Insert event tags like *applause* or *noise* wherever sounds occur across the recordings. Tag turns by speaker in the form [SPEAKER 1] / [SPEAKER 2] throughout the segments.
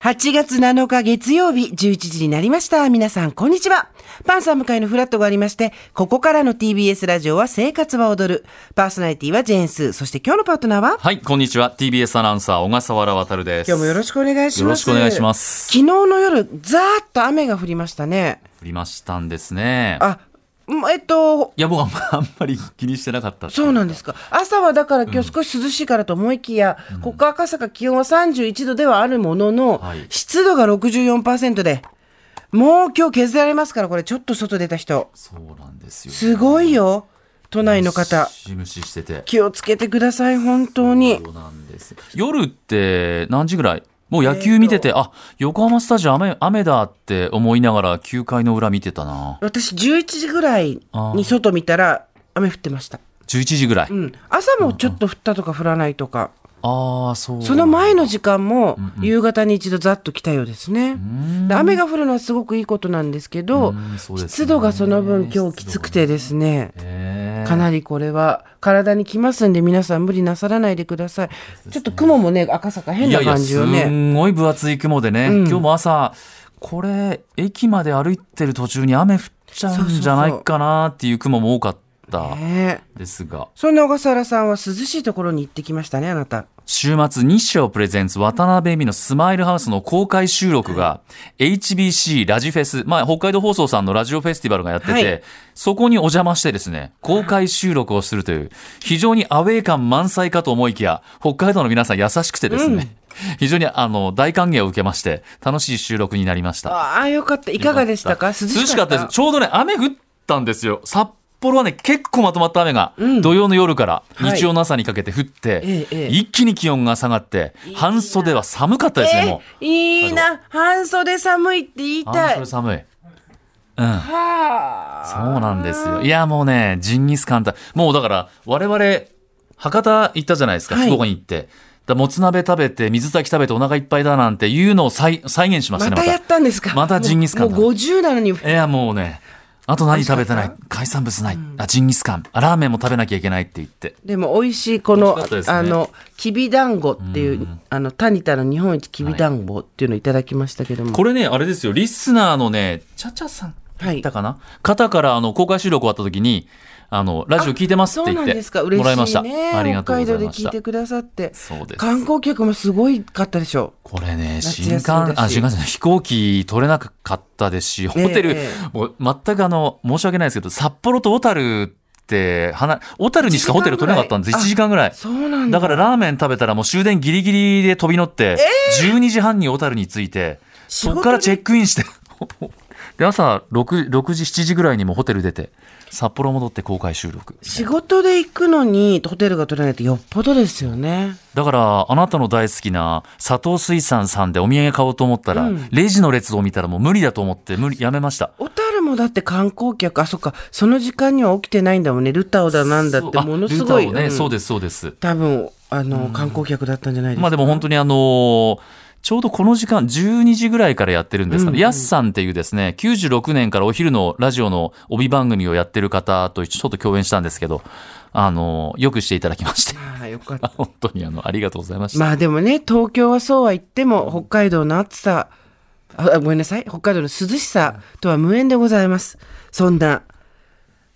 [SPEAKER 1] 8月7日月曜日11時になりました。皆さん、こんにちは。パンサー向かいのフラットがありまして、ここからの TBS ラジオは生活は踊る。パーソナリティはジェーンスー。そして今日のパートナーは
[SPEAKER 2] はい、こんにちは。TBS アナウンサー、小笠原渉です。
[SPEAKER 1] 今日もよろしくお願いします。
[SPEAKER 2] よろしくお願いします
[SPEAKER 1] 昨日の夜、ざーっと雨が降りましたね。
[SPEAKER 2] 降りましたんですね。
[SPEAKER 1] あ、んえっと、
[SPEAKER 2] いや、僕はあんまあんまり気にしてなかった。
[SPEAKER 1] そうなんですか。朝はだから今日少し涼しいからと思いきや、ここ赤坂気温は31度ではあるものの、
[SPEAKER 2] はい
[SPEAKER 1] 湿度が64%で、もう今日削られますから、これちょっと外出た人。
[SPEAKER 2] そうなんですよ、
[SPEAKER 1] すごいよ、都内の
[SPEAKER 2] ム
[SPEAKER 1] 方。
[SPEAKER 2] シムシしてて。
[SPEAKER 1] 気をつけてください、本当に。
[SPEAKER 2] そうなんです。夜って何時ぐらいもう野球見てて、あ、横浜スタジアム雨雨だって思いながら9階の裏見てたな。
[SPEAKER 1] 私11時ぐらい
[SPEAKER 2] あ
[SPEAKER 1] に
[SPEAKER 2] ー
[SPEAKER 1] 外見たら雨降ってました。
[SPEAKER 2] 11時ぐらい。
[SPEAKER 1] うん。朝もちょっと降ったとか降らないとか。
[SPEAKER 2] ああ、そう。
[SPEAKER 1] その前の時間も夕方に一度ざっと来たようですね。で雨が降るのはすごくいいことなんですけど、
[SPEAKER 2] うんそうですね
[SPEAKER 1] 湿度がその分今日きつくてですね、
[SPEAKER 2] へー
[SPEAKER 1] かなりこれは体にきますんで皆さん無理なさらないでください。ちょっと雲もね、赤坂変
[SPEAKER 2] いや
[SPEAKER 1] ない
[SPEAKER 2] や、
[SPEAKER 1] 感じよね。
[SPEAKER 2] すんごい分厚い雲でね、
[SPEAKER 1] うん
[SPEAKER 2] 今日も朝、これ、駅まで歩いてる途中に雨降っちゃうんじゃないかなっていう雲も多かった
[SPEAKER 1] ねえ
[SPEAKER 2] ですが、
[SPEAKER 1] そんな小笠原さんは涼しいところに行ってきましたね、あなた。
[SPEAKER 2] 週末、日照プレゼンツ渡辺美のスマイルハウスの公開収録が、HBC ラジフェス、まあ、北海道放送さんのラジオフェスティバルがやってて、
[SPEAKER 1] はい
[SPEAKER 2] そこにお邪魔してですね、公開収録をするという、非常にアウェー感満載かと思いきや、北海道の皆さん優しくてですね、非常にあの、大歓迎を受けまして、楽しい収録になりました。
[SPEAKER 1] ああ、よかった。いかがでしたか涼
[SPEAKER 2] 涼
[SPEAKER 1] し
[SPEAKER 2] し
[SPEAKER 1] か
[SPEAKER 2] か
[SPEAKER 1] っ
[SPEAKER 2] った
[SPEAKER 1] た。
[SPEAKER 2] です。ちょうどね、雨降ったんですよ。札幌はね、結構まとまった雨が、
[SPEAKER 1] うん
[SPEAKER 2] 土曜の夜から
[SPEAKER 1] はい
[SPEAKER 2] 日曜の朝にかけて降って、
[SPEAKER 1] ええええ
[SPEAKER 2] 一気に気温が下がって、半袖は寒かったですね、も。
[SPEAKER 1] えいいな。半袖寒いって言いうたい。
[SPEAKER 2] 半袖
[SPEAKER 1] は
[SPEAKER 2] 寒い。うん。
[SPEAKER 1] あ。
[SPEAKER 2] そうなんですよ。いや、もうね、ジンギスカンだ。もうだから、我々、博多行ったじゃないですか、
[SPEAKER 1] はい
[SPEAKER 2] 福岡に行って。だもつ鍋食べて、水炊き食べてお腹いっぱいだなんていうのを再再現しました
[SPEAKER 1] ま
[SPEAKER 2] ね、
[SPEAKER 1] たやったんですか
[SPEAKER 2] またジンギスカンだ
[SPEAKER 1] もうもう50なのに。
[SPEAKER 2] いや、もうね、あと何食べてない海産物ない、あ、ジンギスカン。あラーメンも食べなきゃいけないって言って。
[SPEAKER 1] でも美味しいこの、
[SPEAKER 2] 美味しかったですね
[SPEAKER 1] あのきびだんごっていうあのタニタの日本一きびだんごっていうのをいただきましたけども、
[SPEAKER 2] これね、あれですよ、リスナーのね、チャチャさん、
[SPEAKER 1] はい
[SPEAKER 2] いたかな方から、あの、公開収録終わった時に、あの、ラジオ聞いてます
[SPEAKER 1] そ
[SPEAKER 2] っ
[SPEAKER 1] う
[SPEAKER 2] て
[SPEAKER 1] な
[SPEAKER 2] 言
[SPEAKER 1] ん
[SPEAKER 2] っ
[SPEAKER 1] ですか
[SPEAKER 2] て、
[SPEAKER 1] 嬉
[SPEAKER 2] もらいまし。
[SPEAKER 1] したいね
[SPEAKER 2] ありがと
[SPEAKER 1] 北
[SPEAKER 2] うご
[SPEAKER 1] 海
[SPEAKER 2] ざ
[SPEAKER 1] 道
[SPEAKER 2] い
[SPEAKER 1] で
[SPEAKER 2] まし
[SPEAKER 1] 聞い
[SPEAKER 2] た
[SPEAKER 1] て。くださって
[SPEAKER 2] そうです
[SPEAKER 1] 観光客もすごいかったでしょ
[SPEAKER 2] これね、
[SPEAKER 1] 夏休
[SPEAKER 2] 新
[SPEAKER 1] みだし
[SPEAKER 2] 幹、あ、新幹線、飛行機取れなかったですし、ホテル、
[SPEAKER 1] ええ
[SPEAKER 2] もう全くあの、申し訳ないですけど、札幌と小樽って、はな小樽にしかホテル取れなかったんです、1
[SPEAKER 1] 1
[SPEAKER 2] 時間ぐらい。
[SPEAKER 1] そうなんだ
[SPEAKER 2] だからラーメン食べたらもう終電ギリギリで飛び乗って、12時半に小樽に着いて、
[SPEAKER 1] 仕事
[SPEAKER 2] そ
[SPEAKER 1] で
[SPEAKER 2] こからチェックインして、 *laughs* で、朝6、6時、7時ぐらいにもうホテル出て、札幌戻って公開収録。
[SPEAKER 1] 仕事で行くのにホテルが取れないってよっぽどですよね
[SPEAKER 2] だから、あなたの大好きな佐藤水産さんでお土産買おうと思ったら、
[SPEAKER 1] うん
[SPEAKER 2] レジの列を見たらもう無理だと思って、無理、やめました。
[SPEAKER 1] 小樽もだって観光客あそっかその時間には起きてないんだもんねルタオだなんだって
[SPEAKER 2] そうあ
[SPEAKER 1] ものすごい、
[SPEAKER 2] ルータをね、
[SPEAKER 1] うん
[SPEAKER 2] そうです、そうです。
[SPEAKER 1] 多分あの観光客だったんじゃないですか、
[SPEAKER 2] まあでも本当にあのーちょうどこの時間、12時ぐらいからやってるんですか
[SPEAKER 1] うんう
[SPEAKER 2] ね。
[SPEAKER 1] ん
[SPEAKER 2] やすさんっていうですね、96年からお昼のラジオの帯番組をやってる方とちょっと共演したんですけど、あのーよくしていただきまして、 *laughs*
[SPEAKER 1] ああよかった
[SPEAKER 2] 本当にあの、ありがとうございました。
[SPEAKER 1] まあでもね、東京はそうは言っても、北海道の暑さ、ああごめんなさい、北海道の涼しさとは無縁でございます。そんな、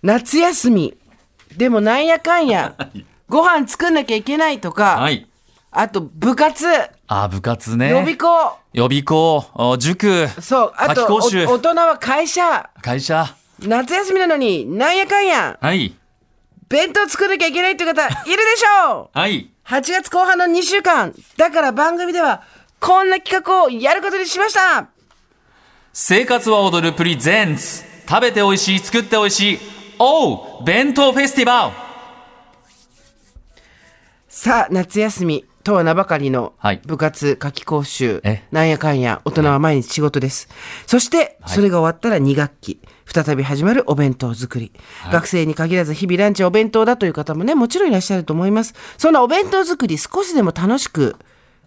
[SPEAKER 1] 夏休み、でもなんやかん
[SPEAKER 2] *laughs*
[SPEAKER 1] や、ご飯作んなきゃいけないとか、
[SPEAKER 2] はい。
[SPEAKER 1] あと部活、
[SPEAKER 2] あ、部活ね。
[SPEAKER 1] 予備校、
[SPEAKER 2] 予備校、お塾、
[SPEAKER 1] そう、あと
[SPEAKER 2] 夏期
[SPEAKER 1] お
[SPEAKER 2] 講習
[SPEAKER 1] 大人は会社、
[SPEAKER 2] 会社。
[SPEAKER 1] 夏休みなのになんやかんや、
[SPEAKER 2] はい。
[SPEAKER 1] 弁当作んなきゃいけないっていう
[SPEAKER 2] *laughs*
[SPEAKER 1] 方、いるでしょう
[SPEAKER 2] はい。
[SPEAKER 1] 8月後半の2週間だから番組ではこんな企画をやることにしました
[SPEAKER 2] 生活は踊るプリゼンツ食べて美味しい作って美味しいおう弁当フェスティバル
[SPEAKER 1] さあ夏休みとは名ばかりの
[SPEAKER 2] はい
[SPEAKER 1] 部活夏期講習、
[SPEAKER 2] え
[SPEAKER 1] なんやかんや大人は毎日仕事です、そしてそれが終わったら2学期再び始まるお弁当作り、学生に限らず日々ランチはお弁当だという方もねもちろんいらっしゃると思いますそんなお弁当作り少しでも楽しく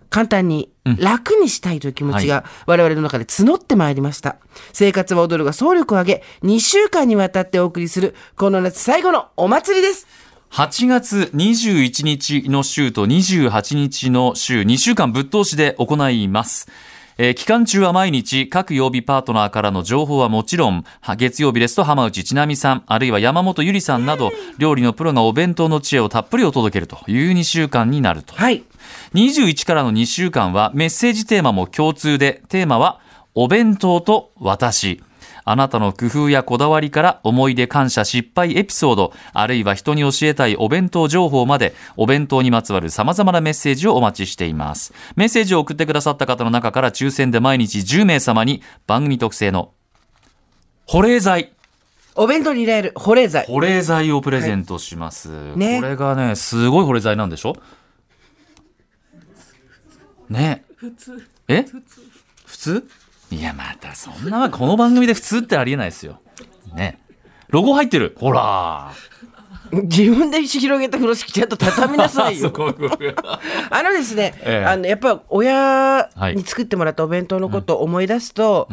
[SPEAKER 1] 簡単に楽にしたいという気持ちが我々の中で募ってまいりました。生活は踊るが総力を挙げ、2週間にわたってお送りする、この夏最後のお祭りです。
[SPEAKER 2] 8月21日の週と28日の週2週間ぶっ通しで行います。えー期間中は毎日、各曜日パートナーからの情報はもちろん、は月曜日ですと浜内千奈美さん、あるいは山本ゆりさんなど、料理のプロがお弁当の知恵をたっぷりお届けるという2週間になると。
[SPEAKER 1] はい。
[SPEAKER 2] 21からの2週間はメッセージテーマも共通で、テーマはお弁当と私。あなたの工夫やこだわりから思い出感謝失敗エピソード、あるいは人に教えたいお弁当情報まで、お弁当にまつわる様々なメッセージをお待ちしています。メッセージを送ってくださった方の中から抽選で毎日10名様に番組特製の保冷剤。
[SPEAKER 1] お弁当に入れる保冷剤。
[SPEAKER 2] 保冷剤をプレゼントします、
[SPEAKER 1] ね
[SPEAKER 2] これがねすごい保冷剤なんでしょね普通え普通いやまたそんなこの番組で普通ってありえないですよねロゴ入ってるほら
[SPEAKER 1] 自分で広げた風呂敷ちゃんと畳みなさ
[SPEAKER 2] *laughs*
[SPEAKER 1] いよ。
[SPEAKER 2] こここ
[SPEAKER 1] *laughs* あのですね、
[SPEAKER 2] ええ
[SPEAKER 1] あのやっぱ親に作ってもらったお弁当のことを思い出すと、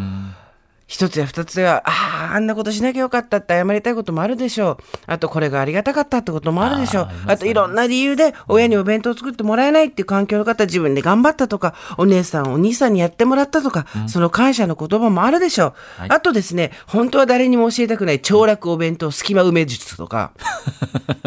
[SPEAKER 1] 一つや二つやあああんなことしなきゃよかったって謝りたいこともあるでしょうあとこれがありがたかったってこともあるでしょう
[SPEAKER 2] あーあります
[SPEAKER 1] あといろんな理由で親にお弁当を作ってもらえないっていう環境の方自分で頑張ったとかお姉さんお兄さんにやってもらったとか、その感謝の言葉もあるでしょう、
[SPEAKER 2] はい
[SPEAKER 1] あとですね本当は誰にも教えたくない長楽お弁当隙間埋め術と
[SPEAKER 2] *laughs*
[SPEAKER 1] か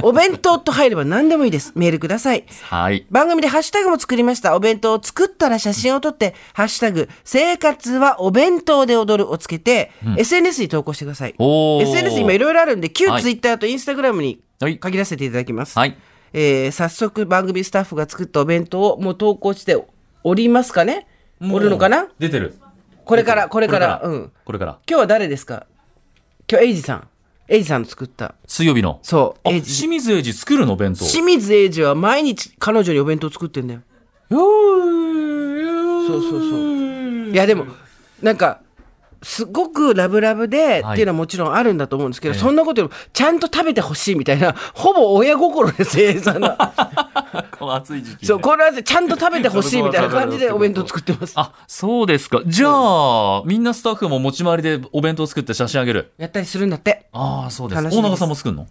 [SPEAKER 1] お弁当と入れば何でもいいですメールください
[SPEAKER 2] はい
[SPEAKER 1] 番組でハッシュタグも作りました。お弁当を作ったら写真を撮って、ハッシュタグ、生活はお弁当で踊るをつけて、SNS に投稿してください。
[SPEAKER 2] おー
[SPEAKER 1] SNS 今いろいろあるんで、旧
[SPEAKER 2] はい
[SPEAKER 1] Twitter と Instagram に
[SPEAKER 2] はい
[SPEAKER 1] 限らせていただきます。
[SPEAKER 2] はい
[SPEAKER 1] えー早速番組スタッフが作ったお弁当をもう投稿しておりますかねおるのかな
[SPEAKER 2] 出てる
[SPEAKER 1] これから、これから、
[SPEAKER 2] こ
[SPEAKER 1] う
[SPEAKER 2] れ
[SPEAKER 1] ん。
[SPEAKER 2] これから
[SPEAKER 1] 今日は誰ですか今日、エイジさん。エイジさんの作った。
[SPEAKER 2] 水曜日の
[SPEAKER 1] そう、
[SPEAKER 2] あ
[SPEAKER 1] エイジ。
[SPEAKER 2] 清水英二作るの弁当
[SPEAKER 1] 清水エイジは毎日彼女にお弁当作ってんだよ。
[SPEAKER 2] そう
[SPEAKER 1] そうそういやでもなんかすごくラブラブで、
[SPEAKER 2] はい
[SPEAKER 1] っていうのはもちろんあるんだと思うんですけど、そんなことよりもちゃんと食べてほしいみたいなほぼ親心です
[SPEAKER 2] *laughs*
[SPEAKER 1] 永遠さんが
[SPEAKER 2] この暑い時期
[SPEAKER 1] そうこれはちゃんと食べてほしいみたいな感じでお弁当作って
[SPEAKER 2] *laughs*
[SPEAKER 1] ます
[SPEAKER 2] あ、そうですか。じゃあ、みんなスタッフも持ち回りでお弁当作って写真あげる。
[SPEAKER 1] やったりするんだって
[SPEAKER 2] ああ、そうです。
[SPEAKER 1] 楽しみ
[SPEAKER 2] 大
[SPEAKER 1] です
[SPEAKER 2] 中さんも作るの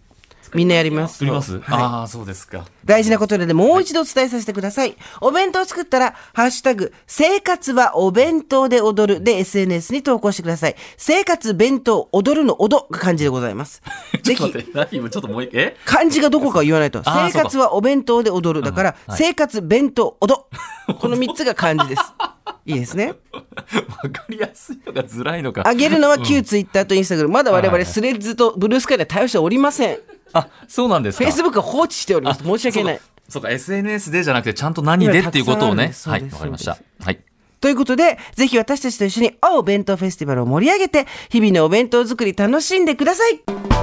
[SPEAKER 1] みんなやります
[SPEAKER 2] 作ります、
[SPEAKER 1] はい
[SPEAKER 2] ああ、そうですか。
[SPEAKER 1] 大事なことなのでもう一度お伝えさせてください。お弁当を作ったら、ハッシュタグ、生活はお弁当で踊るで SNS に投稿してください。生活、弁当、踊るの踊が漢字でございます。ぜひ、
[SPEAKER 2] て、何 *laughs* 今ちょっともう一回、え
[SPEAKER 1] 漢字がどこかは言わないと。
[SPEAKER 2] あー
[SPEAKER 1] 生活はお弁当で踊る。だから、生活、弁当、踊。
[SPEAKER 2] *laughs*
[SPEAKER 1] この3つが漢字です。いいですね。
[SPEAKER 2] わかりやすいのか、ずらいのか。
[SPEAKER 1] あげるのは旧ツイッターとインスタグラム。まだ我々スレッズとブルースカイでは対応しておりません。
[SPEAKER 2] あ、そうなんです
[SPEAKER 1] フ
[SPEAKER 2] か。
[SPEAKER 1] ェイスブックは放置しております。申し訳ない
[SPEAKER 2] そう。か。そうか、SNS でじゃなくて、ちゃんと何でっていうことを
[SPEAKER 1] 今
[SPEAKER 2] ね。
[SPEAKER 1] たくさんあ
[SPEAKER 2] は
[SPEAKER 1] るん
[SPEAKER 2] い、
[SPEAKER 1] です
[SPEAKER 2] わかりまし
[SPEAKER 1] そ
[SPEAKER 2] た。はい。
[SPEAKER 1] ということで、ぜひ私たちと一緒に、青弁当フェスティバルを盛り上げて、日々のお弁当作り楽しんでください。